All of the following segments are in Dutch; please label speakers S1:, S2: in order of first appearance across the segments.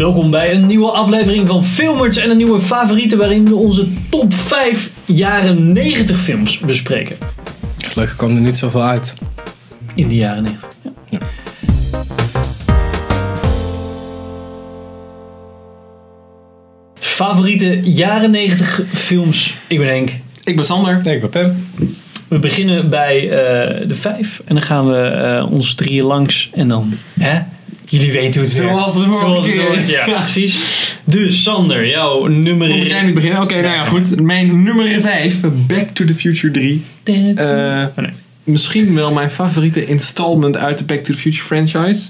S1: Welkom bij een nieuwe aflevering van Filmers en een nieuwe favoriete waarin we onze top 5 jaren 90 films bespreken.
S2: Gelukkig kwam er niet zoveel uit.
S1: In de jaren 90. Ja. Favoriete jaren 90 films. Ik ben Henk.
S3: Ik ben Sander.
S2: Nee, ik ben Pim.
S1: We beginnen bij eh, de 5 en dan gaan we eh, ons drieën langs en dan... Hè? Jullie weten hoe het werkt.
S3: Zoals de vorige
S1: Zoals de
S3: keer.
S1: vorige- Ja, precies. Dus Sander, jouw nummer...
S3: Moet jij nu beginnen? Oké, nou ja, goed. Mijn nummer 5, Back to the Future 3. Eh,
S1: Oh, nee.
S3: misschien wel mijn favoriete installment uit de Back to the Future franchise.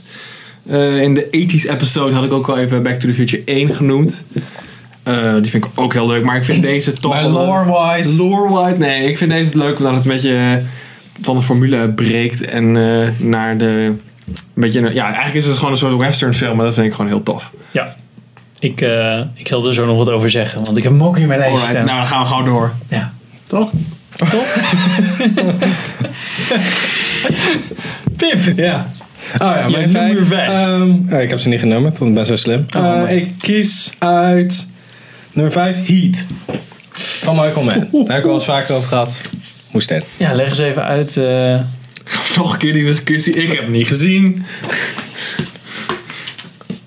S3: Eh, in de 80s episode had ik ook al even Back to the Future 1 genoemd. Eh, die vind ik ook heel leuk, maar ik vind deze toch...
S2: Bij
S1: eh,
S3: wel-
S2: lore-wise.
S3: Lore-wide, nee, ik vind deze leuk omdat het een beetje eh, van de formule breekt en eh, naar de... Een beetje, een- ja, eigenlijk is het gewoon een soort western film, maar dat vind ik gewoon heel tof.
S1: Ja. Ik, eh, ik zal er zo nog wat over zeggen, want ik heb hem ook in mijn lijstje
S3: Alright,
S1: staan.
S3: nou dan gaan we gewoon door.
S1: Ja.
S3: Toch?
S1: Pip!
S2: Ja. Oh ja,
S1: Je
S2: mijn vijf.
S1: nummer vijf.
S2: Ehm, ja, ik heb ze niet genummerd, want ik ben zo slim.
S1: Oh,
S2: Eh,
S1: man.
S2: ik kies uit nummer 5, Heat. Van Michael Mann. Daar heb ik al eens vaker over gehad. Moest in.
S1: Ja, leg eens even uit. eh,
S3: Nog een keer die discussie. Ik heb hem niet gezien.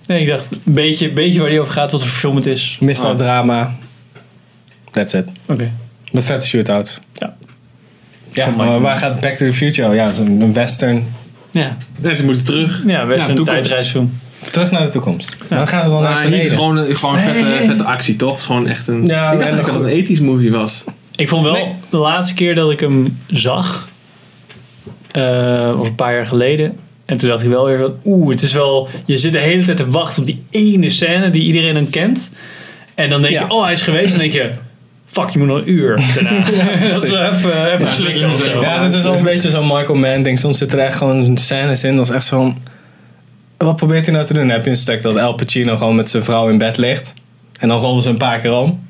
S1: nee, ik dacht, een beetje, beetje waar die over gaat, wat voor film het is.
S2: Misdaad,
S3: Oh.
S2: drama. That's it.
S1: Oké.
S2: Met vette shootouts.
S1: Ja.
S2: Ja,
S1: Van
S2: maar
S1: Michael
S2: waar gaat Back to the Future? Ja, zo'n een western.
S1: Ja,
S3: Nee, ze moeten terug.
S1: ja best
S3: Ja,
S1: een
S3: toekomst.
S1: tijdreisfilm.
S2: Terug naar de toekomst. Dan gaan ze
S1: Ah,
S2: dan naar
S3: Maar
S2: het
S3: hier is
S2: verleden.
S3: gewoon, gewoon een vette,
S1: Nee.
S3: vette actie, toch? Het is gewoon echt een...
S2: Ja, en
S3: ik dacht dat
S2: goed.
S3: het een ethisch movie was.
S1: Ik vond wel,
S2: Nee.
S1: de laatste keer dat ik hem zag, eh, was een paar jaar geleden. En toen dacht ik wel weer van, oeh, het is wel... Je zit de hele tijd te wachten op die ene scène die iedereen dan kent. En dan denk
S2: Ja.
S1: je, oh, hij is geweest. En dan denk je, fuck, je moet nog een uur daarna. dat is wel even, even slikken. of zo.
S2: Ja, dat is wel een beetje zo'n Michael Mann ding. Soms zitten er echt gewoon scènes in. Dat is echt van... Wat probeert hij nou te doen? Dan heb je een stuk dat Al Pacino gewoon met zijn vrouw in bed ligt. En dan rollen ze een paar keer om.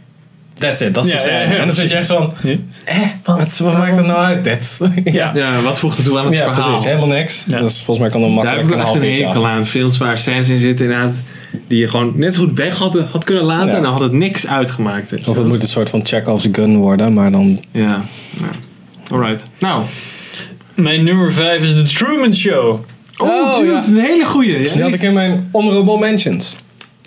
S2: That's it, dat is
S1: Ja,
S2: de scène.
S1: ja, ja,
S2: en dan zit je echt van...
S1: Ja.
S2: Eh, wat, wat maakt dat nou uit? That's... ja,
S3: Ja, wat voegt het toe aan het
S2: ja
S3: verhaal?
S2: precies. Helemaal niks.
S1: Ja.
S2: Dus volgens mij kan er
S3: Daar
S2: makkelijk
S3: heb ik
S2: een
S3: echt
S2: half
S3: een
S2: uurtje
S3: hekel
S2: af.
S3: aan. Films waar scènes in zitten inderdaad. Die je gewoon net zo goed weg had, had kunnen laten.
S2: Ja.
S3: En dan had het niks uitgemaakt. weet je
S2: Of het
S3: wel.
S2: moet een soort van Chekhov's gun worden. Maar dan...
S3: Ja. ja. Alright. Nou.
S1: Mijn nummer 5 is The Truman Show.
S3: Oh,
S2: Oh,
S3: dude.
S2: ja.
S3: Een hele goeie. Ja,
S2: Die
S3: die
S2: had
S3: is-
S2: ik in mijn honorable mentions.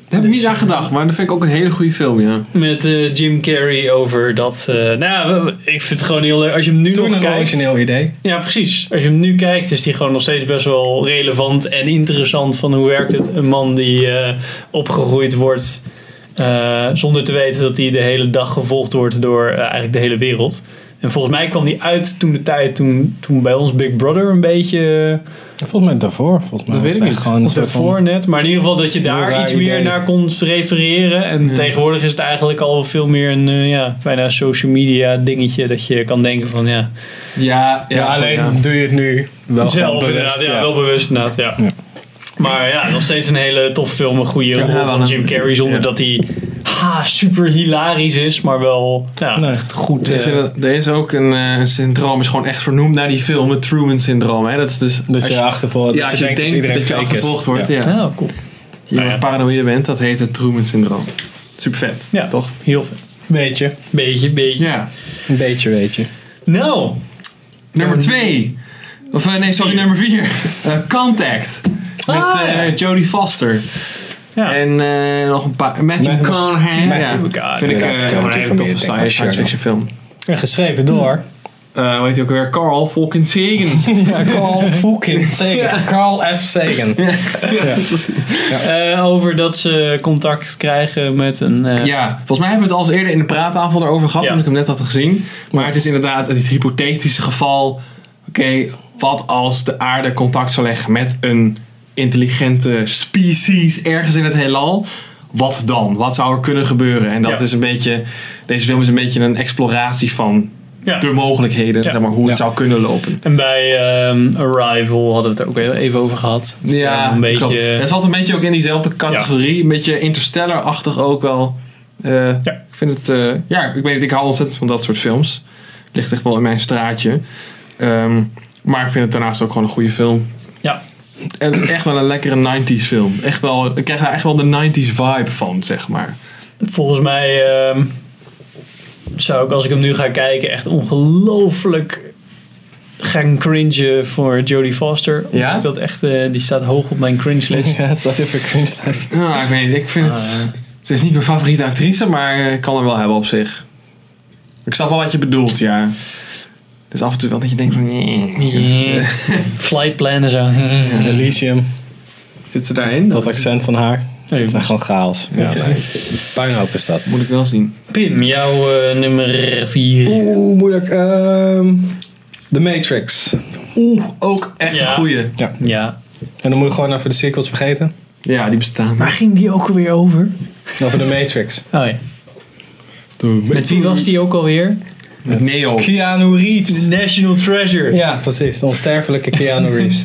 S3: Daar heb ik niet aan gedacht. Maar dat vind ik ook een hele goede film, ja.
S1: Met eh, Jim Carrey over dat. eh, nou, ja, we- ik vind het gewoon heel leuk. Als je hem nu
S2: Toen
S1: nog
S2: een
S1: kijkt.
S2: origineel idee.
S1: Ja, precies. Als je hem nu kijkt, is die gewoon nog steeds best wel relevant en interessant. Van hoe werkt het? Een man die eh, opgegroeid wordt. eh, zonder te weten dat hij de hele dag gevolgd wordt door eh, eigenlijk de hele wereld. En volgens mij kwam die uit toen de tijd. Toen, toen bij ons Big Brother een beetje. eh,
S2: Volgens mij daarvoor. Volgens mij was
S3: Dat weet
S2: het
S3: ik
S2: echt
S3: niet.
S2: Gewoon een
S1: Of
S2: soort van-
S1: daarvoor net. Maar in ieder geval dat je daar
S2: raar
S1: iets meer
S2: idee.
S1: naar kon refereren. En tegenwoordig is het eigenlijk al veel meer een eh, ja, bijna social media dingetje. Dat je kan denken van ja,
S3: Ja,
S2: Ja, alleen doe je het nu wel
S1: zelf
S2: gewoon bewust.
S1: inderdaad. Ja,
S2: ja.
S1: wel bewust inderdaad. Ja.
S2: Ja.
S1: Maar ja, nog steeds een hele tof film. Een goede
S3: Ja,
S1: rol
S3: wel
S1: van
S3: een-
S1: Jim Carrey. Zonder
S2: ja.
S1: dat hij ha, super hilarisch is. Maar wel ja,
S2: Nee.
S1: echt goed.
S3: Er is,
S1: eh,
S3: er er is ook een, eh, een syndroom, is gewoon echt vernoemd naar die film, het Truman-syndroom. hè. Dat is dus
S2: Dat
S3: als
S2: je achtervolgt.
S3: ja, als je denkt dat, je achtervolgd wordt, ja.
S1: ja, Nou, cool.
S3: je
S1: Ja.
S3: paranoïde bent, dat heet het Truman-syndroom. Super vet,
S1: Ja.
S3: toch?
S1: Heel vet.
S2: Beetje.
S1: Beetje, beetje.
S3: Ja.
S2: Een beetje, weet je.
S1: Nou,
S3: Nummer twee. Of eh, nee, sorry, nummer vier. Eh, Contact. Met
S1: Ah,
S3: eh,
S1: ja.
S3: Jodie Foster.
S1: ja.
S3: En eh, nog een paar. Matthew
S2: Matthew-
S3: Conaughey.
S2: Matthew
S3: Ja.
S1: McConaughey.
S3: Vind ik eh,
S2: Ja, dat
S3: gewoon een
S2: doet hij
S3: hele toffe
S2: meer, denk
S3: science
S2: ik,
S3: science
S2: sure.
S3: fiction film.
S2: En geschreven door.
S3: Eh, hoe heet hij ook weer? Carl Volkinshagen.
S2: Ja, Carl Fucking Sagan. Carl F. Sagan.
S1: Eh, over dat ze contact krijgen met een. eh,
S3: Ja, volgens mij hebben we het al eens eerder in de praattafel erover gehad,
S1: Ja.
S3: omdat ik hem net had gezien. Maar het is inderdaad het hypothetische geval. Oké, wat als de aarde contact zou leggen met een intelligente species ergens in het heelal? Wat dan? Wat zou er kunnen gebeuren? En dat
S1: Ja.
S3: is een beetje. Deze film is een beetje een exploratie van
S1: ja.
S3: de mogelijkheden,
S1: Ja.
S3: zeg maar, hoe
S2: Ja.
S3: het zou kunnen lopen.
S1: En bij ehm, Arrival hadden we het er ook even over gehad. Dat is
S3: Ja,
S1: wel een
S3: klopt.
S1: beetje.
S3: Het valt een beetje ook in diezelfde categorie. Een beetje interstellar-achtig ook wel. Eh, Ik vind het... eh, ja, ik weet niet. Ik hou ontzettend van dat soort films. Het ligt echt wel in mijn straatje. Ehm, maar ik vind het daarnaast ook gewoon een goede film.
S1: Ja.
S3: En het is echt wel een lekkere 90s film. Echt wel, ik krijg daar echt wel de 90s vibe van, zeg maar.
S1: Volgens mij ehm, zou ik, als ik hem nu ga kijken, echt ongelooflijk gaan cringen voor Jodie Foster. Omdat
S3: Ja?
S1: ik Dat echt, eh, die staat hoog op mijn cringe list.
S2: Ja, het staat even cringe lijst.
S3: Nou, ik weet niet, ik vind
S1: Ah,
S3: het...
S1: ja.
S3: Ze is niet mijn favoriete actrice, maar eh, ik kan er wel hebben op zich. Ik snap wel wat je bedoelt, ja. Dus af en toe wel dat je denkt van...
S1: Yeah. Flight plan en zo.
S2: Elysium,
S3: Zit ze daarin?
S2: dat accent van haar. Het zijn gewoon chaos. Ja, nee. Puinhoop is dat.
S3: moet ik wel zien.
S1: Pim, jouw eh, nummer 4.
S2: Oeh, moeilijk. Ehm The Matrix.
S3: Oeh, ook echt
S1: Ja.
S3: een goeie.
S1: Ja.
S2: En dan moet je gewoon even de sequels vergeten.
S3: Ja, die bestaan.
S1: Waar ging die ook alweer over?
S2: Over The Matrix.
S1: Oh, ja. Met wie was die ook alweer?
S3: Met Neo.
S2: Keanu Reeves.
S1: National Treasure. Ja,
S2: Ja, precies. De onsterfelijke Keanu Reeves.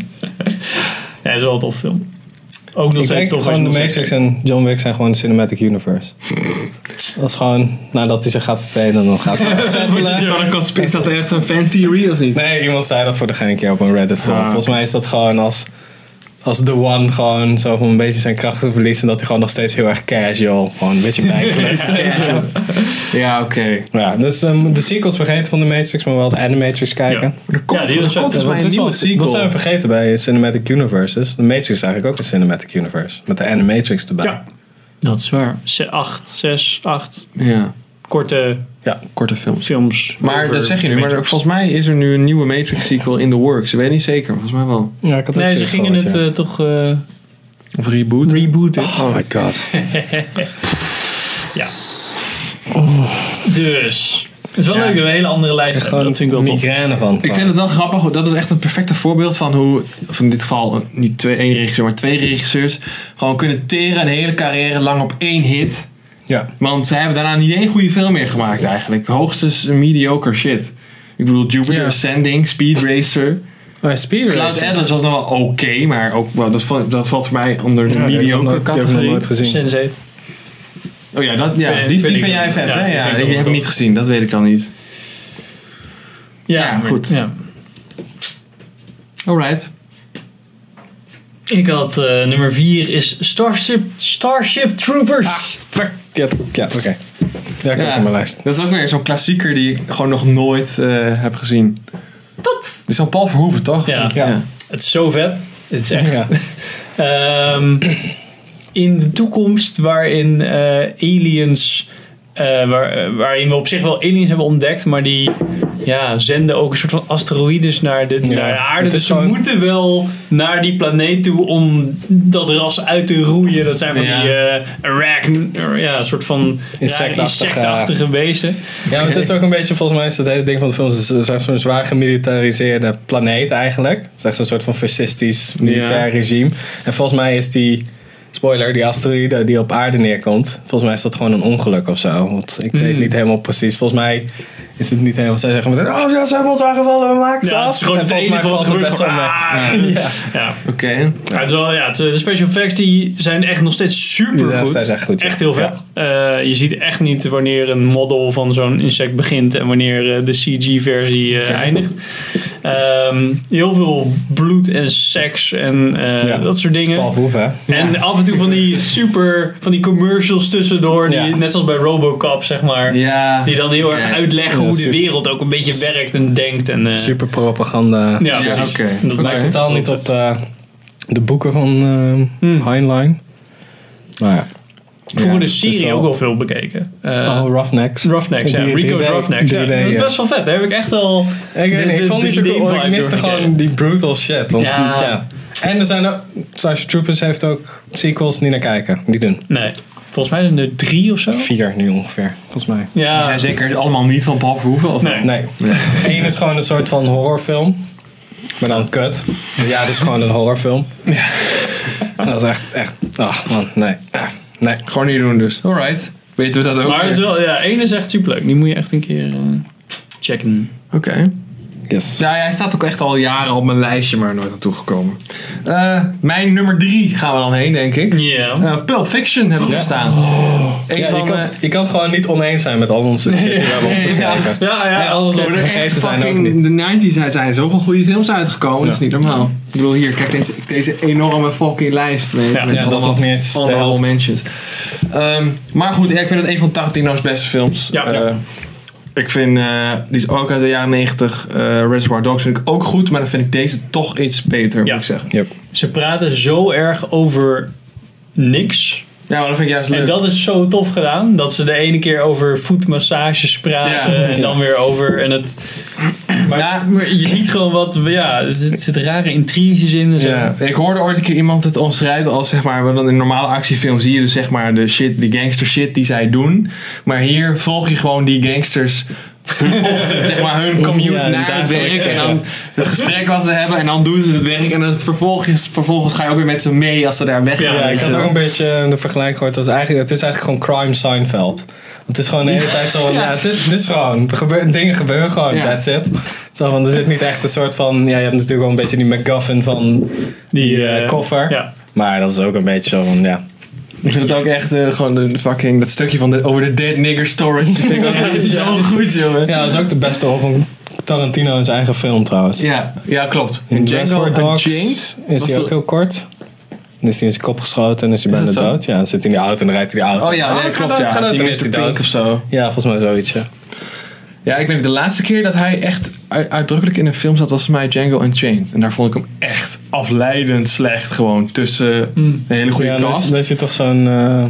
S1: dat is wel een tof film. Ook nog
S2: Ik
S1: steeds
S2: denk
S1: tof als je
S2: gewoon
S1: nog
S2: The
S1: steeds
S2: Matrix en John Wick zijn gewoon de cinematic universe. Dat is gewoon, nadat hij zich gaat vervelen, dan gaat hij
S3: Is dat, een consp- is dat echt een fan theory of niet?
S2: Nee, iemand zei dat voor de gein keer op een Reddit forum.
S3: Ah.
S2: Volgens mij is dat gewoon als, als The One gewoon zo van een beetje zijn krachten verliest en dat hij gewoon nog steeds heel erg casual, gewoon een beetje bijklust.
S3: Ja, oké.
S2: ja, dus ehm, de sequels vergeten van The Matrix, maar wel de Animatrix kijken.
S1: Ja.
S3: Er komt,
S1: Ja, die
S3: er
S1: is-
S3: komt
S1: dat
S3: dus
S2: Dat
S3: bij een
S2: is wel-
S3: nieuwe sequel.
S2: Dat zijn we vergeten bij Cinematic Universes. De Matrix is eigenlijk ook een Cinematic Universe. Met de Animatrix erbij.
S1: Ja. Dat is waar. 8, 6, 8
S3: Ja,
S1: korte
S3: korte films.
S1: films.
S3: Maar
S1: over
S3: dat zeg je nu, maar er-
S1: Matrix.
S3: volgens mij is er nu een nieuwe Matrix sequel in the works. Ik weet niet zeker, volgens mij wel.
S2: Ja, ik had ook
S1: Nee, ze
S2: zoiets
S1: gingen
S2: gehoord,
S1: het eh,
S2: ja.
S1: toch eh
S3: Of reboot.
S1: rebooten.
S2: Oh my god.
S1: Ja. Dus. Het is wel leuk dat we een hele andere lijst hebben.
S2: Gewoon
S1: Dat vind ik wel tof.
S2: migraine van.
S3: Ik vind het wel grappig, dat is echt een perfecte voorbeeld van hoe, of in dit geval eh, niet twee, één regisseur, maar twee regisseurs, gewoon kunnen teren een hele carrière lang op één hit.
S2: Ja.
S3: Want ze hebben daarna niet één goede film meer gemaakt eigenlijk. Hoogstens mediocre shit. Ik bedoel, Jupiter
S2: Ja.
S3: Ascending, Speed Racer.
S2: Maar Oh Speed
S3: Cloud
S2: Racer.
S3: Atlas was nog wel oké, maar ook, wel, dat, valt, dat valt voor mij onder de
S2: Ja, die heb ik nog
S3: mediocre
S2: nooit- die heb ik nog
S3: categorie.
S2: nooit gezien.
S1: Sense8.
S3: Oh ja, dat, ja
S1: Vind-
S3: die,
S1: vind
S3: die
S1: ik
S3: vind jij
S1: wel-
S3: vet,
S1: ja,
S3: hè?
S1: die
S3: Ja,
S1: vind ik
S3: die,
S1: wel
S3: heb ik
S1: tof.
S3: niet gezien, dat weet ik al niet.
S1: Ja,
S3: Ja,
S1: maar-
S3: goed.
S1: Ja.
S3: Alright.
S1: Ik had eh, nummer 4 is Starship, Starship Troopers.
S3: Ah,
S2: Ja, ja oké. Ja, ik heb
S3: Ja.
S2: ook in mijn lijst.
S3: Dat is ook weer zo'n klassieker die ik gewoon nog nooit eh, heb gezien.
S1: Wat?
S3: Die is van Paul Verhoeven, toch?
S1: Ja.
S2: Ja.
S1: Het is zo vet. Het is echt.
S2: Ja.
S1: Ehm, in de toekomst waarin eh, aliens. eh, waar, eh, waarin we op zich wel aliens hebben ontdekt, maar die ja, zenden ook een soort van asteroïdes naar de,
S2: Ja,
S1: naar de aarde.
S2: het is
S1: Dus ze
S2: gewoon-
S1: moeten wel naar die planeet toe om dat ras uit te roeien. Dat zijn van
S3: Ja.
S1: die eh arachn, ja, een soort van rare
S2: Insectachtige-
S1: insectachtige beesten.
S2: Ja, maar het is ook een beetje, volgens mij is het hele ding van de film het is echt zo'n zwaar gemilitariseerde planeet eigenlijk. Het is echt zo'n soort van fascistisch militair regime. En volgens mij is die, spoiler, die asteroïde die op aarde neerkomt, volgens mij is dat gewoon een ongeluk of zo. Want ik
S1: Hmm.
S2: weet niet helemaal precies. Volgens mij is het niet helemaal, zij zeggen meteen, oh ja, ze hebben ons aangevallen, we maken ze
S1: Ja, het
S2: af.
S1: is gewoon
S2: en
S1: het
S2: volgens
S1: enige
S2: mij
S1: wat
S2: valt het
S1: gebeurt.
S2: best wel
S1: gewoon,
S2: mee.
S1: ah.
S2: Ja.
S1: Ja.
S3: Oké.
S1: Ja, het is wel, ja, het, eh, de special effects die zijn echt nog steeds
S2: Die
S1: super
S2: zijn-
S1: goed.
S2: zijn echt goed, ja.
S1: heel vet. Eh, je ziet echt niet wanneer een model van zo'n insect begint en wanneer eh, de CG-versie
S3: Oké.
S1: eindigt. Ehm, heel veel bloed en seks en eh,
S2: Ja.
S1: dat soort dingen.
S2: Paul Verhoeven, hè?
S1: En af en toe van die super, van die commercials tussendoor, die,
S2: Ja.
S1: net zoals bij Robocop, zeg maar.
S3: Ja.
S1: Die dan heel erg
S3: Ja.
S1: uitleggen
S2: Ja,
S1: hoe de
S2: super-
S1: wereld ook een beetje werkt en denkt. En, eh,
S2: Super propaganda.
S1: Ja,
S3: Ja,
S1: precies.
S3: oké.
S1: Dat
S2: Het
S1: lijkt
S2: lijkt
S1: het
S2: totaal niet op eh, de boeken van eh
S1: Hmm.
S2: Heinlein. Nou ja.
S1: Vroeger
S3: Ja,
S1: de serie
S2: dus wel-
S1: ook wel veel bekeken. Eh,
S2: oh, Roughnecks.
S1: Roughnecks, ja.
S2: Die
S1: Rico's
S2: 3D
S1: Roughnecks. ja.
S2: 3D,
S1: Dat is
S2: ja.
S1: best wel vet. Daar heb ik echt al...
S2: Ik, weet
S1: de-
S2: niet, ik
S1: de
S2: vond het niet zo
S1: 3D
S2: cool. Ik
S1: vibe
S2: miste
S1: doorgekeken.
S2: gewoon die brutal shit. Want,
S1: Ja.
S2: ja. En er zijn ook... Starship Troopers heeft ook sequels niet naar kijken. Die doen.
S1: Nee, volgens mij zijn er drie of zo.
S2: Vier nu ongeveer, volgens mij.
S1: Ja,
S3: Zijn zeker allemaal niet van Paul Verhoeven? Of
S1: Nee.
S2: Nee. Eén is gewoon een soort van horrorfilm. Maar dan kut. Ja, dit is gewoon een horrorfilm. Dat is echt, echt... Ach man, nee. Ah, Nee.
S3: Gewoon niet doen dus. Alright. Weten we dat ook
S1: maar het
S3: weer?
S1: is wel... Ja, één is echt superleuk. Die moet je echt een keer eh, checken.
S3: Oké.
S2: Yes.
S3: Ja, hij staat ook echt al jaren op mijn lijstje, maar nooit naartoe gekomen. Eh, mijn nummer drie gaan we dan heen, denk ik.
S1: Ja.
S3: Eh, Pulp Fiction heb ik
S2: Ja.
S3: er staan. Een
S2: Ja, je,
S3: van,
S2: kan,
S3: eh,
S2: het- je kan het gewoon niet oneens zijn met al onze shit die we hebben
S3: Nee,
S2: opgeschreven.
S1: Ja, ja.
S3: Ja, alles
S2: Kijk,
S3: door
S2: vergeten
S3: echt
S2: zijn
S3: fucking
S2: ook
S3: in de 90s zijn, zijn zoveel goede films uitgekomen. Dat is
S2: Ja.
S3: niet normaal. Ik bedoel, hier, kijk deze, deze enorme fucking lijst. Weet, je,
S1: Ja,
S3: met
S2: ja, dat is
S3: allemaal-
S2: nog niet eens de
S3: allemaal
S2: helft.
S3: mentions. Ehm, maar goed, ja, ik vind het een van Tarantino's beste films.
S1: Ja,
S3: Eh,
S1: ja.
S3: Ik vind, eh, die is ook uit de jaren 90. eh, Reservoir Dogs vind ik ook goed, maar dan vind ik deze toch iets beter,
S1: Ja.
S3: moet ik zeggen.
S2: Yep.
S1: Ze praten zo erg over niks.
S3: Ja, maar dat vind ik juist leuk.
S1: En dat is zo tof gedaan. Dat ze de ene keer over voetmassages praten.
S3: Ja.
S1: En dan weer over. En het, maar,
S3: Ja.
S1: maar je ziet gewoon wat. Ja, er zit- zitten rare intriges in. En zo.
S3: Ja, ik hoorde ooit een keer iemand het omschrijven als zeg maar, want dan in normale actiefilm zie je dus zeg maar de shit, die gangster shit die zij doen. Maar hier volg je gewoon die gangsters hun ochtend, zeg maar hun commute
S2: Ja,
S3: naar het werk
S2: dagelijks,
S3: en
S2: ja.
S3: dan het gesprek wat ze hebben en dan doen ze het werk en dan vervolgens, vervolgens ga je ook weer met ze mee als ze daar weg
S1: Ja,
S2: Ja, ik
S1: weet
S2: had
S1: je
S2: ook
S1: wel.
S2: een beetje de vergelijking gehoord. Dat is eigenlijk, het is eigenlijk gewoon crime Seinfeld. Want het is gewoon de hele tijd zo. van, Ja, het, is, het is gewoon. Er gebeur- dingen gebeuren gewoon.
S3: Ja.
S2: That's it. Zo, want er zit niet echt een soort van. Ja, je hebt natuurlijk wel een beetje die McGuffin van die, eh,
S1: eh,
S2: koffer.
S1: Ja.
S2: Maar dat is ook een beetje zo van. Ja.
S3: Ik vind het ook echt eh, gewoon de fucking, dat stukje van de, over de dead nigger storage. Dat vind ik ook echt zo goed, jongen.
S2: ja, dat is ook de beste rol van Tarantino in zijn eigen film trouwens.
S3: Ja, ja klopt.
S2: In
S3: Django
S2: Reservoir Dogs
S3: Unchained
S2: is
S3: was
S2: hij ook
S3: dat-
S2: heel kort. Dan is hij in zijn kop geschoten en is hij
S3: Is
S2: bijna
S3: dat zo?
S2: dood. Ja, dan zit hij in die auto en dan rijdt hij die auto.
S3: Oh ja, nee,
S2: dat
S3: klopt. Ja,
S2: Dan
S3: is
S2: is hij
S3: Pink of
S2: dood.
S3: zo.
S2: Ja, volgens mij zoiets, ja.
S3: Ja, ik weet niet, de laatste keer dat hij echt u- uitdrukkelijk in een film zat, was voor mij Django Unchained. En daar vond ik hem echt afleidend slecht gewoon. Tussen
S1: Mm.
S3: een hele goede
S2: ja, dan is,
S3: cast.
S2: dan is hij toch zo'n eh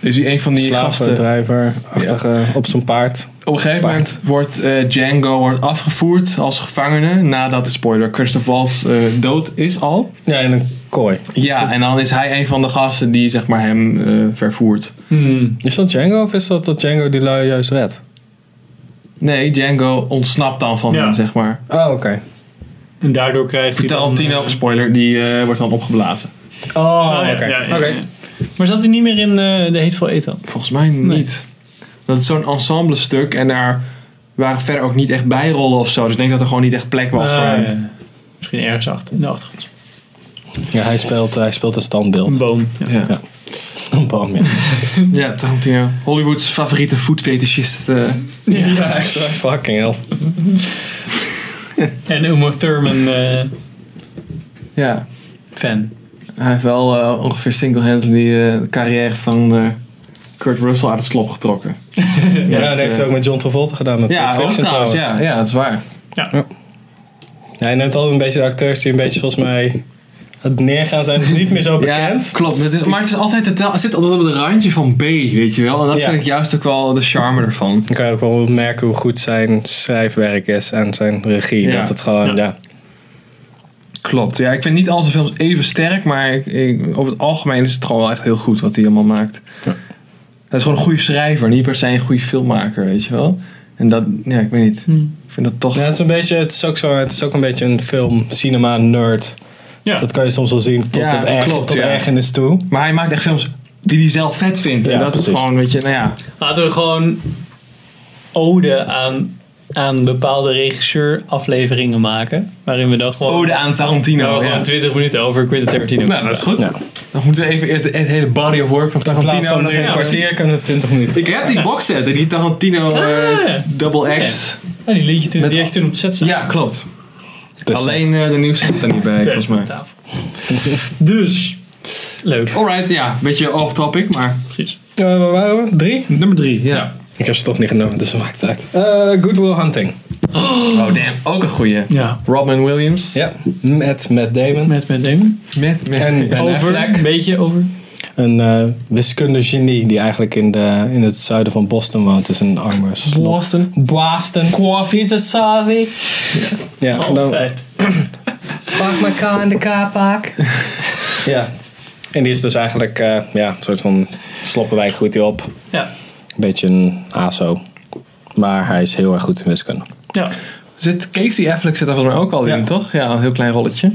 S3: Is hij een van die gasten.
S2: slavendrijver-achtige op zijn paard.
S3: Op een gegeven moment wordt eh, Django wordt afgevoerd als gevangene. Nadat, de spoiler, Christopher Waltz eh, dood is al. Dus
S2: Ja, in een kooi.
S3: Ja, en dan is hij een van de gasten die zeg maar, hem eh, vervoert.
S1: Hmm.
S2: Is dat Django of is dat dat Django die lui juist redt?
S3: Nee, Django ontsnapt dan van
S1: Ja.
S3: hem, zeg maar.
S2: Oh, oké.
S1: En daardoor krijgt hij. dan,
S3: Tarantino,
S1: eh,
S3: spoiler, die eh, wordt dan opgeblazen.
S2: Oh,
S1: oh, ja,
S2: oké.
S1: ja, ja,
S2: Oké.
S1: ja. Maar zat hij niet meer in eh, de Hateful Eight dan?
S3: Volgens mij niet. Dat is zo'n ensemble stuk en daar waren verder ook niet echt bijrollen of zo. Dus ik denk dat er gewoon niet echt plek was
S1: Ah,
S3: voor hem.
S1: ja. Misschien ergens achter, in de achtergrond.
S2: Ja, hij speelt, hij speelt een standbeeld.
S1: Een boom. Ja.
S3: Ja.
S2: Ja. Een boom, ja.
S3: Ja, Tarantino. eh, Hollywood's favoriete voetfetischist. eh.
S2: ja, echt waar. Fucking hell.
S1: En Uma Thurman eh,
S3: ja,
S1: fan.
S3: hij heeft wel eh, ongeveer single-handedly eh, de carrière van eh, Kurt Russell uit het slop getrokken.
S2: Ja, dat
S3: eh,
S2: heeft hij ook met John Travolta gedaan met
S3: Ja,
S2: Pulp
S3: ook
S2: Fiction
S3: trouwens. Ja, ja, dat is waar.
S2: Ja, hij neemt altijd een beetje de acteurs die een beetje volgens mij aan het neergaan zijn, dus niet meer zo bekend.
S3: Ja, klopt. Het is, maar het, is altijd, het tel- het zit altijd op het randje van B, weet je wel. En dat
S2: Ja.
S3: vind ik juist ook wel de charme ervan.
S2: Dan kan je ook wel merken hoe goed zijn schrijfwerk is en zijn regie.
S3: Ja.
S2: Dat het gewoon, ja.
S1: Ja.
S3: Klopt. Ja, ik vind niet al zijn films even sterk, maar ik, ik- over het algemeen is het gewoon wel echt heel goed wat hij allemaal maakt.
S2: Ja.
S3: Hij is gewoon een goede schrijver, niet per se een goede filmmaker, weet je wel. En dat, ja, ik weet niet. Ik vind dat toch.
S2: Ja, het, is een beetje, het, is ook zo, het is ook een beetje een film, cinema nerd.
S1: Ja.
S2: Dus dat kan je soms wel zien tot
S3: Ja,
S2: het erg,
S3: klopt,
S2: tot
S3: ja.
S2: ergernis toe.
S3: Maar hij maakt echt films die hij zelf vet vindt.
S2: Ja,
S3: en dat is
S2: precies.
S3: gewoon, weet je, nou ja.
S1: Laten we gewoon ode aan, aan bepaalde regisseur afleveringen maken. Waarin we dan gewoon,
S3: Ode aan
S1: waar
S3: Tarantino.
S1: we
S3: Oh. ja.
S1: gewoon 20 minuten over Quentin Tarantino
S3: Nou, dat is goed.
S2: Ja.
S3: Dan moeten we even eerst het, het hele body of work van
S2: In plaats
S3: Tarantino
S2: van nog
S3: erin
S2: een
S3: houden.
S2: kwartier kunnen het 20 minuten.
S3: Ik heb die box set, die Tarantino eh,
S1: Ah.
S3: Double X.
S1: Ja, die liedje toen,
S3: Met
S1: die
S3: al-
S1: echt toen op het set
S3: Ja,
S1: zat.
S3: klopt.
S2: Dus
S3: Alleen eh, de nieuwste zit er niet bij, volgens mij. Oh.
S1: Tafel. dus, leuk.
S3: Alright, ja, beetje off topic, maar.
S1: Precies.
S2: dat. Eh, waar waren we? Drie?
S3: Nummer 3, ja.
S2: Ik heb ze toch niet genomen, dus dat maakt het uit. Eh, Good Will Hunting.
S3: Oh damn, ook een goeie.
S1: Ja.
S3: Robin Williams.
S2: Ja, met Matt Damon.
S1: Met met Damon.
S3: Met, met.
S2: En Ben
S1: Over,
S2: Affleck.
S1: een beetje over.
S2: Een eh wiskundig genie die eigenlijk in, de, in het zuiden van Boston woont. Dus een arme slot.
S3: Boston.
S2: Boston. Coffee's a savvy. Ja,
S1: Oh,
S2: dan
S1: Altijd.
S2: pak mijn car in de kaarpark. ja. En die is dus eigenlijk eh, ja, een soort van sloppenwijk groeit hij op. Een
S1: Ja.
S2: beetje een ASO. Maar hij is heel erg goed in wiskunde.
S1: Ja.
S3: Zit Casey Affleck zit er volgens mij ook al
S2: Ja.
S3: in, toch? Ja, een heel klein rolletje.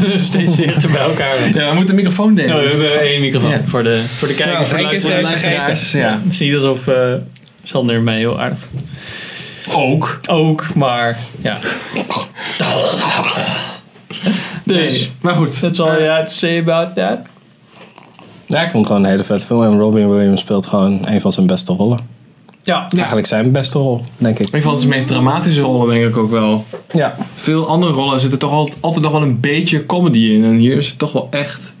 S1: We steeds dichter bij elkaar.
S3: Ja, we moeten de microfoon delen.
S1: Nou, we hebben één microfoon
S3: Ja.
S1: voor de, voor de kijkers.
S2: Nou,
S1: voor de
S2: Henk is
S1: luisteraars.
S2: even
S3: Luisteraars, ja.
S1: Het is niet alsof eh Sander mij heel aardig.
S3: Ook.
S1: Ook, maar ja. Dus,
S3: Maar goed.
S1: that's all I had to say about that.
S2: Ja, ik vond het gewoon een hele vet film. En Robin Williams speelt gewoon een van zijn beste rollen.
S1: Ja,
S2: Eigenlijk zijn beste rol, denk ik.
S3: Ik vond het de meest dramatische rollen denk ik ook wel.
S2: Ja.
S3: Veel andere rollen zitten toch altijd, altijd nog wel een beetje comedy in. En hier is het toch wel echt...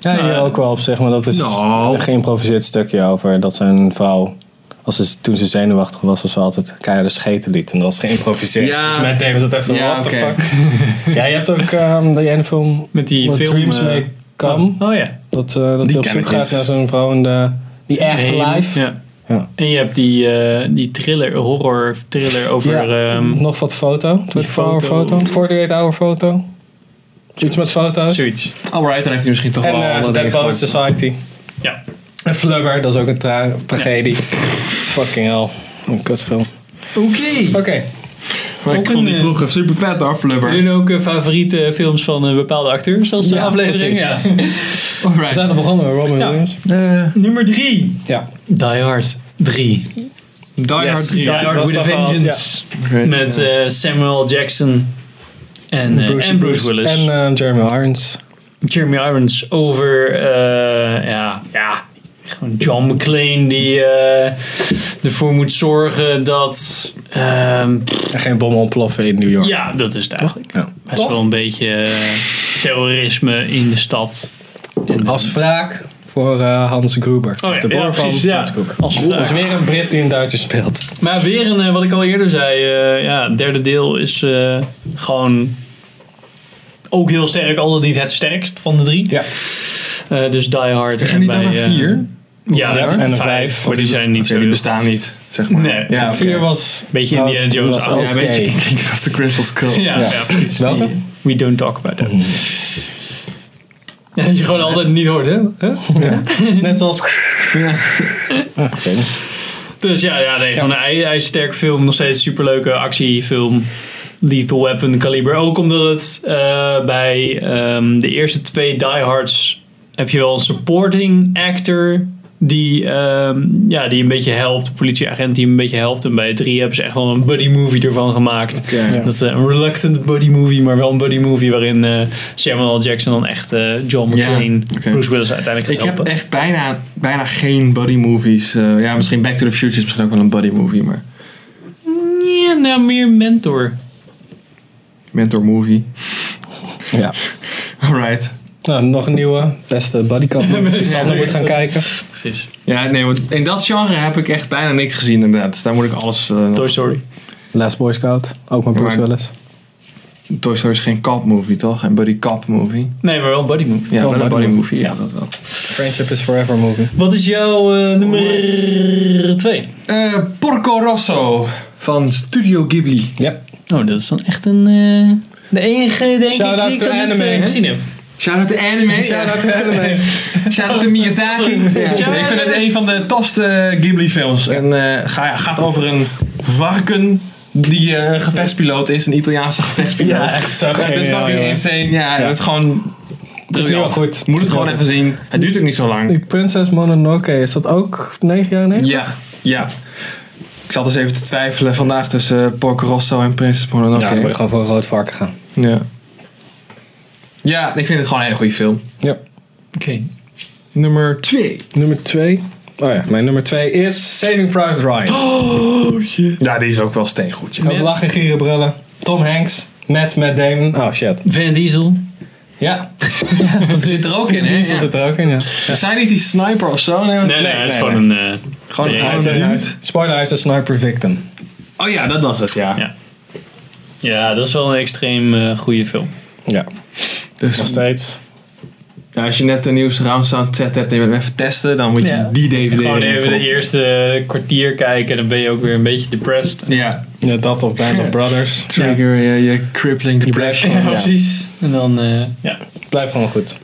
S2: Ja, hier
S1: Nou,
S2: ook wel op zich, maar dat is
S3: Nou.
S2: een geïmproviseerd stukje over dat zijn vrouw, als ze, toen ze zenuwachtig was, was ze altijd keiharde scheten liet. En dat was geïmproviseerd.
S3: Ja.
S2: Dus met David is dat echt zo,
S3: Ja,
S2: what the
S3: oké.
S2: fuck. ja, je hebt ook ehm die ene film,
S1: met die
S2: What
S1: film...
S2: Dreams
S1: eh,
S2: May Come,
S1: Oh, oh ja.
S2: dat, eh, dat hij op
S3: ken
S2: zoek
S3: ik
S2: gaat
S3: niet.
S2: naar zo'n vrouw in de, die afterlife.
S1: Ja.
S2: Ja.
S1: En je hebt die, eh, die thriller, horror thriller over...
S2: Ja.
S1: ehm,
S2: Nog wat foto, 24 hour
S1: foto.
S2: foto, 48 hour foto. Iets met foto's.
S1: zoiets.
S3: Alright, dan heeft hij misschien toch
S2: En
S3: wel...
S2: eh,
S3: andere
S2: Dead
S3: dingen
S2: Poets
S3: gemaakt.
S2: Society.
S1: Ja.
S2: En Flubber, dat is ook een tra- tragedie. Fucking hell. Een kutfilm.
S1: Oké.
S2: Oké.
S3: Maar
S1: Ook
S3: ik
S1: een,
S3: vond die
S1: eh,
S3: vroeger super vet hoor,
S1: We
S3: Flubber.
S1: doen ook eh, favoriete films van eh, bepaalde acteurs als
S2: Ja,
S1: ja, aflevering. Ja.
S2: precies. We zijn
S3: Alright.
S2: al begonnen met Robin
S1: Ja.
S2: Williams.
S3: Eh,
S1: Nummer 3.
S2: Ja.
S1: Die Hard 3.
S3: Die Hard 3.
S1: Die
S2: Ja,
S1: Hard
S2: dat
S1: with a
S2: was toch al-
S1: Vengeance.
S3: Oké.
S1: Met eh, Samuel Jackson en, eh, en Bruce Willis.
S2: En eh, Jeremy Irons.
S1: Jeremy Irons over, eh, ja, ja, gewoon John McClane die eh, ervoor moet zorgen dat, ehm,
S2: En geen bommen ontploffen in New York.
S1: ja, dat is het eigenlijk.
S2: Ja.
S1: Best
S2: Toch?
S1: wel een beetje eh, terrorisme in de stad. En-
S2: Als wraak voor eh, Hans Gruber.
S1: Oh
S2: Dus
S1: ja,
S2: de broer
S1: ja, precies,
S2: van
S1: ja.
S2: Hans Gruber.
S1: Als
S2: Dat is weer een Brit die een Duitser speelt.
S1: Maar weer een, eh, wat ik al eerder zei, eh, ja, het derde deel is eh, gewoon ook heel sterk, al dan niet het sterkst van de drie.
S2: Ja.
S1: Eh, dus Die Hard.
S3: Is er
S1: en
S3: niet
S1: bij,
S3: aan een
S1: eh,
S3: 4?
S1: ja,
S2: Ja, en een vijf.
S1: Maar die zijn eh, niet zo
S3: Die
S1: heel
S3: bestaan niet, zeg maar.
S1: maar. Nee.
S3: ja, Oh,
S2: Vier was...
S1: Beetje Indiana Jones
S2: was
S1: achtig.
S2: oké.
S3: Ja, weet je, Kingdom of the Crystal Skull.
S1: Ja,
S2: Ja.
S1: ja. precies.
S2: Welke?
S1: Die- We don't talk about that.
S3: Hmm.
S1: Ja, je gewoon altijd niet hoort, hè? Huh?
S2: Ja. Net zoals... Ah, Oké.
S1: Dus ja, ja nee, gewoon een ij- ijzersterke film. Nog steeds superleuke actiefilm. Lethal Weapon kaliber. Ook omdat het eh, bij ehm, de eerste twee Die Hards heb je wel een supporting actor die, ehm, ja, die een beetje helpt. Een politieagent die een beetje helpt. En bij drie hebben ze echt wel een buddy movie ervan gemaakt.
S3: Oké.
S1: Dat is een reluctant buddy movie, maar wel een buddy movie waarin eh, Samuel L. Jackson dan echt eh, John
S3: Ja,
S1: McClane,
S3: oké.
S1: Bruce Willis uiteindelijk
S3: Ik
S1: gaat
S3: heb
S1: helpen.
S3: echt bijna, bijna geen buddy movies. Eh, ja, misschien Back to the Future is misschien ook wel een buddy movie, maar
S1: Ja, nou, meer mentor.
S3: mentor movie.
S2: Ja.
S3: Alright.
S2: Nou, nog een nieuwe. Beste bodycap. movie. Sander moet gaan kijken.
S1: Precies.
S3: Ja, nee, want in dat genre heb ik echt bijna niks gezien inderdaad. Dus daar moet ik alles... eh, nog-
S1: Toy Story.
S2: Last Boy Scout. Ook met Bruce
S3: Ja, maar-
S2: Willis.
S3: Toy Story is geen cop movie, toch? Geen buddy cop movie.
S1: Nee, maar wel een buddy movie.
S2: Wel
S3: Ja, wel een
S2: buddy
S3: buddy
S2: movie.
S3: movie, ja, dat wel.
S2: Friendship is Forever movie.
S1: Wat is jouw eh, nummer 2?
S3: Eh, Porco Rosso van Studio Ghibli.
S2: Ja.
S1: Oh, dat is dan echt een... eh, de enige, denk
S2: Shout-out
S1: ik,
S2: to
S1: die ik dat niet,
S2: anime,
S1: eh,
S2: hè?
S1: gezien heb.
S3: Shout-out to anime.
S2: Shout-out to anime.
S3: Shout-out to Miyazaki.
S1: Ja.
S3: Ik vind het een van de tofste Ghibli-films. En eh, ga- gaat over een varken die eh, een gevechtspiloot is. Een Italiaanse gevechtspiloot.
S2: Ja, echt zo
S3: Ja, Het is
S2: geniaal,
S3: fucking
S2: jongen.
S3: insane. Ja, het is gewoon...
S2: is nu al goed.
S3: Moet het
S2: Het is
S3: gewoon
S2: nu al
S3: even zien. Het duurt ook niet zo lang.
S2: Die Princess Mononoke, is dat ook 9 jaar 9?
S3: Ja, ja. Ik zat dus even te twijfelen vandaag tussen eh, Porco Rosso en Prinses Mononoke.
S2: Ja, dan moet je gewoon voor een rood varken gaan.
S3: Ja. Ja, ik vind het gewoon een hele goede film.
S2: Ja.
S1: Oké.
S3: Nummer 2.
S2: Nummer 2. Oh ja, mijn nummer 2 is Saving Private Ryan.
S3: Oh shit. Ja, die is ook wel steengoed. ja.
S2: Ook
S1: met-
S2: lachen, gieren, brullen. Tom Hanks. Met Matt Damon. Oh shit.
S1: Van Diesel.
S2: Ja. Dat
S3: zit er ook in, hè?
S2: Diesel
S3: Ja.
S2: zit er ook in, ja.
S3: Zijn niet die sniper of zo? Nee,
S1: Nee, nee,
S2: nee,
S1: het is
S2: nee,
S1: gewoon een... eh,
S3: Gewoon
S1: Nee,
S3: een
S1: hij
S2: Hij
S1: is
S3: oude
S2: is- hij
S3: dude.
S2: is- Spoiler, hij is een sniper victim.
S3: Oh ja, dat was het, ja.
S1: ja. ja, dat is wel een extreem eh, goede film.
S2: Ja. Nog
S3: Dus
S2: steeds.
S3: ja, als je net de nieuwe surround sound set hebt en je wil hem even testen, dan moet je
S1: Ja.
S3: die DVD
S1: Gewoon
S3: erin
S1: even de
S3: proppen.
S1: eerste kwartier kijken en dan ben je ook weer een beetje depressed.
S3: Ja,
S2: Ja, dat of Band of Brothers.
S3: trigger je, je crippling depression.
S1: Ja,
S2: Ja.
S1: precies. En dan, eh, ja,
S2: Blijft gewoon goed.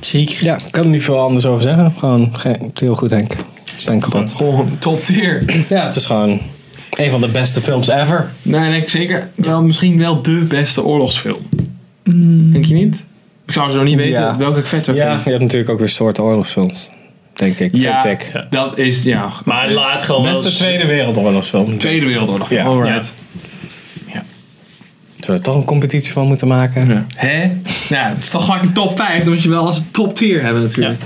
S1: zeker.
S2: Ja, ik kan er niet veel anders over zeggen. Gewoon ge- heel goed, Henk. Ik ben kapot.
S3: Gewoon top tier.
S2: Ja, het is gewoon een van de beste films ever.
S3: Nee, nee, zeker. Wel, misschien wel de beste oorlogsfilm. Mm. Denk je niet? Ik zou zo niet weten
S2: Ja.
S3: welke ik vet zou
S2: Ja, je
S3: vinden.
S2: hebt natuurlijk ook weer soorten oorlogsfilms. denk ik.
S3: Ja,
S2: Vind ik.
S3: dat is, ja.
S1: Maar het laat gewoon wel
S2: Beste
S1: eens-
S2: Tweede Wereldoorlogsfilm.
S3: Tweede Wereldoorlog.
S2: Ja.
S3: Alright.
S2: Zullen we er toch een competitie van moeten maken?
S3: Ja. Hè? Ja, het is toch gewoon een top 5. Dan moet je wel als een top tier hebben natuurlijk.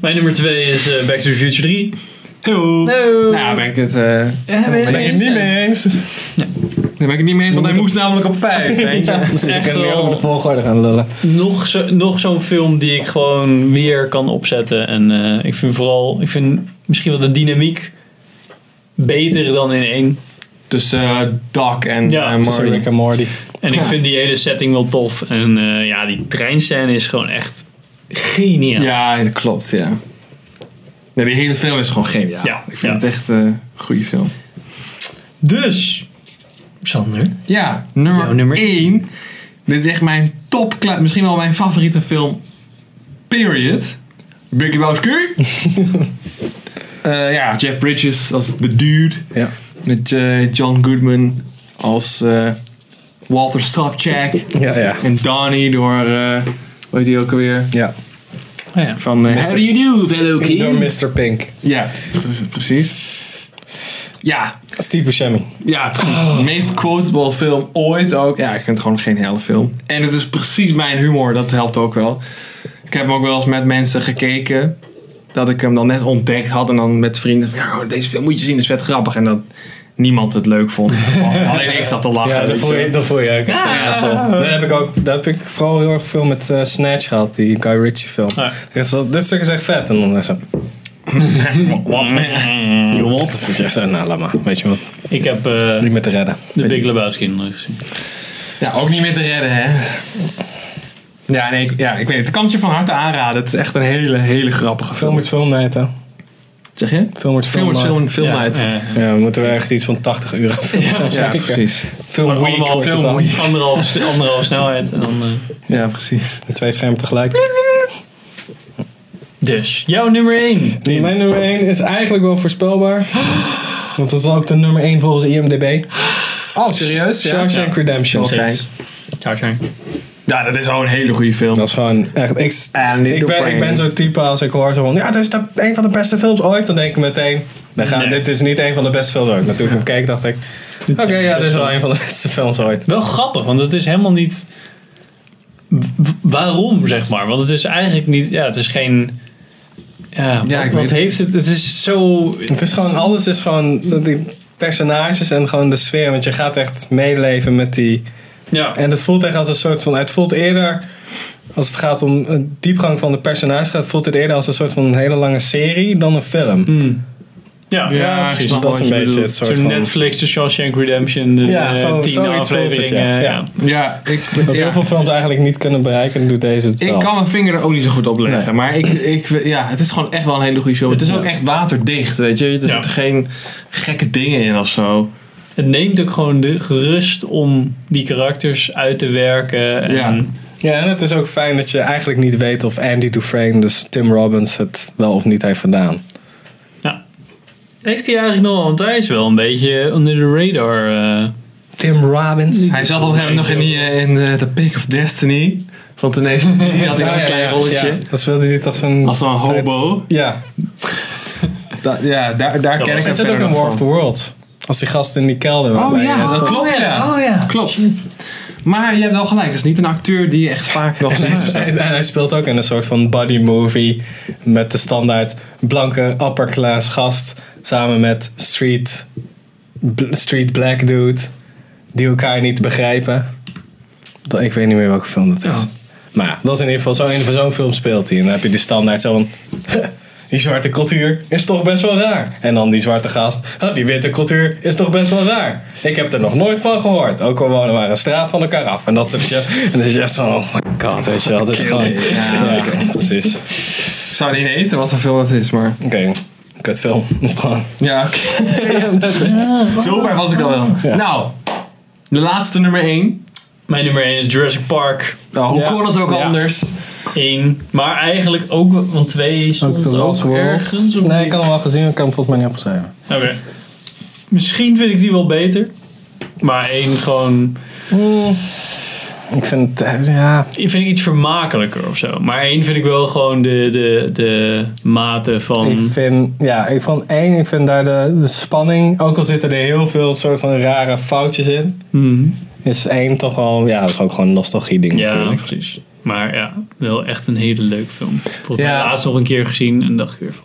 S1: Mijn nummer 2 is eh, Back to the Future 3.
S3: Hallo. Nou, daar ben ik het, eh,
S2: Ben ik het niet mee eens?
S3: daar ben ik het niet mee eens, want hij moest namelijk op 5. Weet je?
S2: Ja, dus
S1: echt
S2: ik kan weer
S1: wel-
S2: over de volgorde gaan lullen.
S1: Nog, zo, nog zo'n film die ik gewoon weer kan opzetten. En eh, ik vind vooral, ik vind misschien wel de dynamiek beter dan in één.
S3: Tussen eh, Doc en, eh,
S1: Ja,
S3: en
S2: Tussen
S3: Marty.
S2: Rick en Morty.
S1: En ik
S3: Ja.
S1: vind die hele setting wel tof. En eh, ja, die treinscène is gewoon echt geniaal.
S3: Ja, dat klopt, ja. Nee, die hele film is gewoon geniaal.
S1: Ja,
S3: ik
S1: ja.
S3: vind het echt eh, een goede film.
S1: Dus, Sander.
S3: Ja, nummer,
S1: Jouw nummer
S3: 1. Dit is echt mijn top, kla- misschien wel mijn favoriete film, period. Big Lebowski. Eh, ja, Jeff Bridges als de dude.
S2: Ja.
S3: Met eh, John Goodman als eh, Walter Sobchak.
S2: Ja, ja.
S3: En Donnie door, eh hoe heet die ook alweer?
S2: Ja.
S1: Oh ja.
S3: Van, eh,
S2: Mr.
S3: How do you do, fellow
S2: Door
S3: kids?
S2: Mr. Pink.
S3: Ja, pre- precies. Ja,
S2: Steve Buscemi.
S3: ja, precies. De meest quotable film ooit ook. Ja, ik vind het gewoon geen hele film. En het is precies mijn humor, dat helpt ook wel. Ik heb hem ook wel eens met mensen gekeken. Dat ik hem dan net ontdekt had en dan met vrienden van... Ja, oh, deze film moet je zien, is vet grappig. En dat niemand het leuk vond. Alleen ik zat te lachen.
S2: Ja, dat
S3: weet
S2: voel je,
S3: wel.
S2: dat voel je ook.
S1: Ja.
S2: Ja, zo. Dat heb ik ook. Dat heb ik vooral heel erg veel met eh, Snatch gehad, die Guy Ritchie film.
S1: Ja.
S2: Ik dacht, Dit stuk is echt vet. En dan is zo.
S3: Wat?
S2: Wat? Dat is echt zo, nou laat maar. Weet je wat?
S1: Ik heb eh,
S2: Niet meer te redden.
S1: de Big Lebowski nog nooit gezien.
S3: Ja, ook niet meer te redden, hè. Ja, nee, ik, ja, ik weet het. Ik kan het je van harte aanraden. Het is echt een hele, hele grappige
S2: Film
S3: film.
S2: wordt film night, hè?
S3: Zeg je?
S2: Film wordt
S3: Film
S2: film
S3: wordt
S2: night.
S3: film, film
S1: Ja,
S3: uit.
S1: eh,
S2: Ja, we moeten we echt iets van 80 uur aan films gaan
S3: Ja,
S2: kijken.
S3: precies.
S2: Film
S1: Gewoon
S2: week
S1: allemaal
S2: wordt het
S1: film
S2: dan.
S1: week. anderhalf, anderhalf snelheid. En dan, eh.
S3: Ja, precies.
S2: En Twee schermen tegelijk.
S1: Dus, jouw nummer 1.
S2: Mijn nummer 1 is eigenlijk wel voorspelbaar. Want dat is ook de nummer 1 volgens IMDb.
S3: Oh, serieus? Ja.
S2: Shawshank Redemption.
S3: Oké.
S1: Ciao, ciao.
S3: Ja, dat is al een hele goede film.
S2: Dat is gewoon echt... Ik,
S3: En
S2: ik, ben, ik ben zo'n type als ik hoor zo van... Ja, dit is de, een van de beste films ooit. Dan denk ik meteen... Dan gaan,
S1: Nee.
S2: Dit is niet een van de beste films ooit. Maar toen ik hem keek dacht ik... Oké, ja, dit is wel een van de beste films ooit.
S1: Wel grappig, want het is helemaal niet. w- Waarom, zeg maar? Want het is eigenlijk niet. Ja, het is geen. Ja,
S3: Ja,
S1: wat,
S3: ik
S1: wat
S3: weet-
S1: heeft het? Het is zo.
S2: Het is gewoon... Alles is gewoon... Die personages en gewoon de sfeer. Want je gaat echt meeleven met die...
S1: Ja,
S2: En het voelt echt als een soort van. Het voelt eerder. Als het gaat om een diepgang van de personages, gaat- voelt het eerder als een soort van een hele lange serie dan een film.
S1: mm. ja.
S3: Ja, ik
S2: precies.
S3: snap
S2: Dat is
S3: wat
S2: een
S3: je
S2: beetje
S3: bedoelt.
S2: het soort
S1: Zo'n
S2: van.
S1: Netflix, de Shawshank Redemption, de
S2: Ja,
S1: eh,
S2: zo-
S1: tien
S2: zoiets voelt het,
S1: afleveringen.
S2: ja.
S1: ja.
S2: Ja.
S3: Ja, ik,
S2: Dat
S3: ja.
S2: heel veel films eigenlijk niet kunnen bereiken, en doet deze het wel.
S3: ik kan mijn vinger er ook niet zo goed op leggen. Maar ik, ik, ja, het is gewoon echt wel een hele goede film. Het is ook echt waterdicht, weet je. Er
S1: Ja.
S3: zitten geen gekke dingen in of zo.
S1: Het neemt ook gewoon de gerust om die karakters uit te werken. En,
S3: Ja.
S2: Ja, en het is ook fijn dat je eigenlijk niet weet of Andy Dufresne, dus Tim Robbins, het wel of niet heeft gedaan.
S1: Heeft hij eigenlijk nog wel, want hij is wel een beetje onder de radar. eh.
S2: Tim Robbins?
S3: Hij zat op een gegeven moment nog in, die, eh, in eh, The Pick of Destiny van Tenacious D. Had hij ook een klein rolletje.
S2: Dat speelde hij toch zo'n.
S3: Als zo'n hobo.
S2: Ja,
S3: Da- ja, daar, daar ken ik
S2: hij
S3: het
S2: zit ook
S3: verder
S2: in
S3: nog
S2: War of
S3: van.
S2: the Worlds. Als die gast in die kelder.
S3: Oh
S2: waarbij, eh,
S3: ja, dat klopt ja.
S1: Oh ja.
S3: Klopt. Maar je hebt wel gelijk, het is niet een acteur die je echt vaak nog
S2: En
S3: ziet.
S2: hij, en hij speelt ook in een soort van buddy movie met de standaard blanke upper class gast samen met street, bl- street black dude die elkaar niet begrijpen. Dat, ik weet niet meer welke film dat is.
S1: Ja.
S2: Maar ja, dat is in ieder geval zo, in zo'n film speelt hij. En dan heb je die standaard zo van... Die zwarte cultuur is toch best wel raar. En dan die zwarte gast. "Ah, die witte cultuur is toch best wel raar. Ik heb er nog nooit van gehoord. Ook al wonen we maar een straat van elkaar af. En dat soort shit. En dan is je echt zo, oh my god, weet je wel. Dat is gewoon...
S3: me. Ja,
S2: Ja, precies. Oké,
S3: Ik zou niet weten wat voor film dat is, maar...
S2: kutfilm. Dat is gewoon...
S3: Ja, oké. Zover was ik al wel. Nou, de laatste nummer 1.
S1: Mijn nummer 1 is Jurassic Park
S3: Nou, hoe
S2: Ja.
S3: kon het ook
S2: Ja.
S3: anders?
S1: 1. Maar eigenlijk ook, want 2 stond ook, ergens. Of
S2: Nee,
S1: niet?
S2: ik had hem wel gezien. Ik kan hem volgens mij niet opschrijven.
S1: Oké. Misschien vind ik die wel beter. Maar 1 gewoon...
S2: Ik vind het, eh, ja,
S1: Die vind ik iets vermakelijker of zo. Maar één vind ik wel gewoon de, de, de mate
S2: ik
S1: van.
S2: vind, ja, ik vond één, ik vind daar de, de spanning, ook al zitten er heel veel soort van rare foutjes in,
S1: Hmm.
S2: is één toch wel, ja, dat is ook gewoon een nostalgie ding
S1: Ja,
S2: natuurlijk.
S1: precies. Maar ja, wel echt een hele leuke film. Volgens mij
S3: Ja.
S1: laatst nog een keer gezien en dacht ik weer van.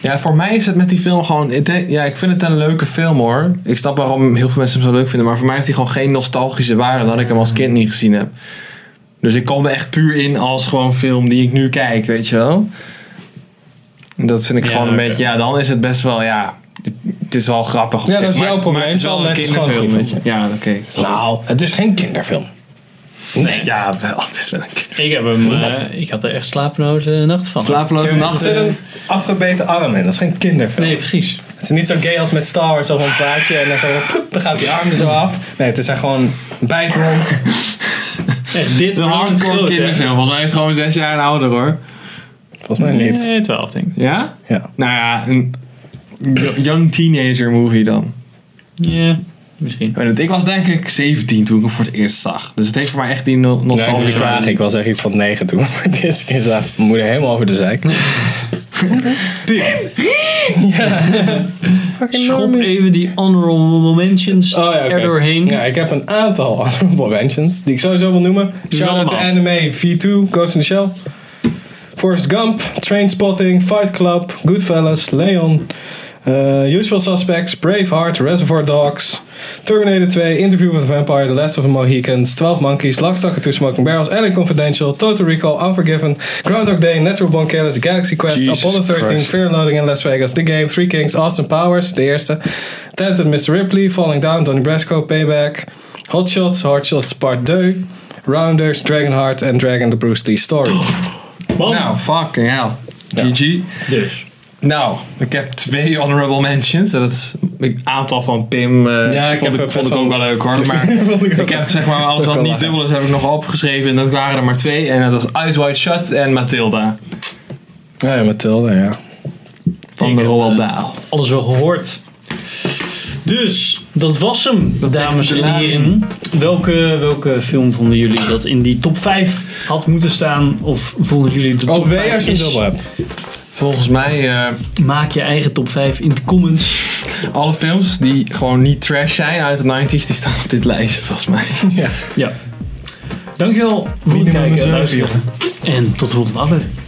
S3: Ja, voor mij is het met die film gewoon. ik denk- Ja, ik vind het een leuke film hoor. Ik snap waarom heel veel mensen hem zo leuk vinden. Maar voor mij heeft hij gewoon geen nostalgische waarde. Omdat ik hem als kind niet gezien heb. Dus ik kom er echt puur in als gewoon film die ik nu kijk, weet je wel. En Dat vind ik
S1: Ja,
S3: gewoon een
S1: oké.
S3: beetje. Ja, dan is het best wel. Ja, het- het is wel grappig. op
S2: Ja,
S3: zich,
S2: dat is
S3: maar-
S2: jouw probleem.
S3: Maar het is wel een
S2: Het is wel
S3: kinderfilm,
S2: net
S3: weet je. Ja, oké.
S2: Nou, het is geen kinderfilm. Nee.
S3: Ja, wel. Het is wel een kinder-
S1: Ik heb hem. eh, ik had er echt slapeloze nacht van.
S3: Slapeloze
S2: Er zit
S3: nachten.
S2: een afgebeten arm in, dat is geen kinderfilm.
S1: nee, precies.
S2: Het is niet zo gay als met Star Wars of een vaartje en dan, zo, ploep, dan gaat die arm er zo af. Nee, het is echt gewoon bijtrond.
S1: Echt dit
S3: De
S1: aan het
S3: hardcore
S1: groot, hè?
S3: kinderfilm. Volgens mij is het gewoon zes jaar en ouder hoor.
S2: Volgens mij niet.
S1: Nee, 12 denk ik.
S3: Ja?
S2: Ja.
S3: Nou ja, een yo- young teenager movie dan.
S1: Ja, misschien.
S3: Ik weet het, Ik was denk ik 17 toen ik hem voor het eerst zag. Dus het heeft voor mij echt die no-
S2: Nee, ik,
S3: nostalgische
S2: klaag, ik was echt iets van negen toen. Maar deze keer zag mijn moeder helemaal over de zeik.
S1: Schop even die honorable mentions
S2: Oh ja, oké.
S1: er doorheen.
S2: Ja, ik heb een aantal honorable mentions die ik sowieso wil noemen. Shout out to
S1: allemaal.
S2: anime V2, Ghost in the Shell. Forrest Gump, Trainspotting, Fight Club, Goodfellas, Leon, eh, Usual Suspects, Braveheart, Reservoir Dogs, Terminator 2, Interview with a Vampire, The Last of the Mohicans, 12 Monkeys, Lockstock to Smoking Barrels, Alien Confidential, Total Recall, Unforgiven, Groundhog Day, Natural Born Killers, Galaxy Quest,
S3: Jesus
S2: Apollo 13,
S3: Christ.
S2: Fear Loading in Las Vegas, The Game, Three Kings, Austin Powers, de eerste, Talented Mr. Ripley, Falling Down, Donnie Brasco, Payback, Hot Shots, Hard Shots Part 2, Rounders, Dragonheart en Dragon the Bruce Lee Story.
S1: Bam.
S3: Nou, fucking hell. GG.
S1: dus.
S3: Nou, ik heb twee honorable mentions. Dat is een aantal van Pim. eh,
S2: Ja, ik
S3: vond
S2: heb
S3: ik,
S2: ook
S3: vond ik
S2: best
S3: ook
S2: wel-
S3: wel leuk hoor. Maar ik heb zeg maar alles
S2: Ook
S3: wat
S2: wel
S3: niet
S2: lachen.
S3: dubbel is, heb ik nog opgeschreven. En dat waren er maar twee. En dat was Eyes Wide Shut en Matilda.
S2: Ja, ja, Mathilde, ja.
S3: Van
S1: Ik
S3: de
S1: heb,
S3: Roald Dahl.
S1: Alles wel gehoord. Dus, dat was hem, dames
S3: dekte de
S1: en heren. Welke, welke film vonden jullie dat in die top 5 had moeten staan? Of volgens jullie de top
S2: Oh, wee
S1: 5
S2: als je een
S1: is?
S2: dubbel hebt.
S3: Volgens mij eh,
S1: Maak je eigen top 5 in de comments.
S3: alle films die gewoon niet trash zijn uit de 90s, die staan op dit lijstje volgens mij.
S1: Ja. Dankjewel voor het
S3: Minimaal
S1: kijken en
S3: mezelf,
S1: luisteren. En tot de volgende aflevering.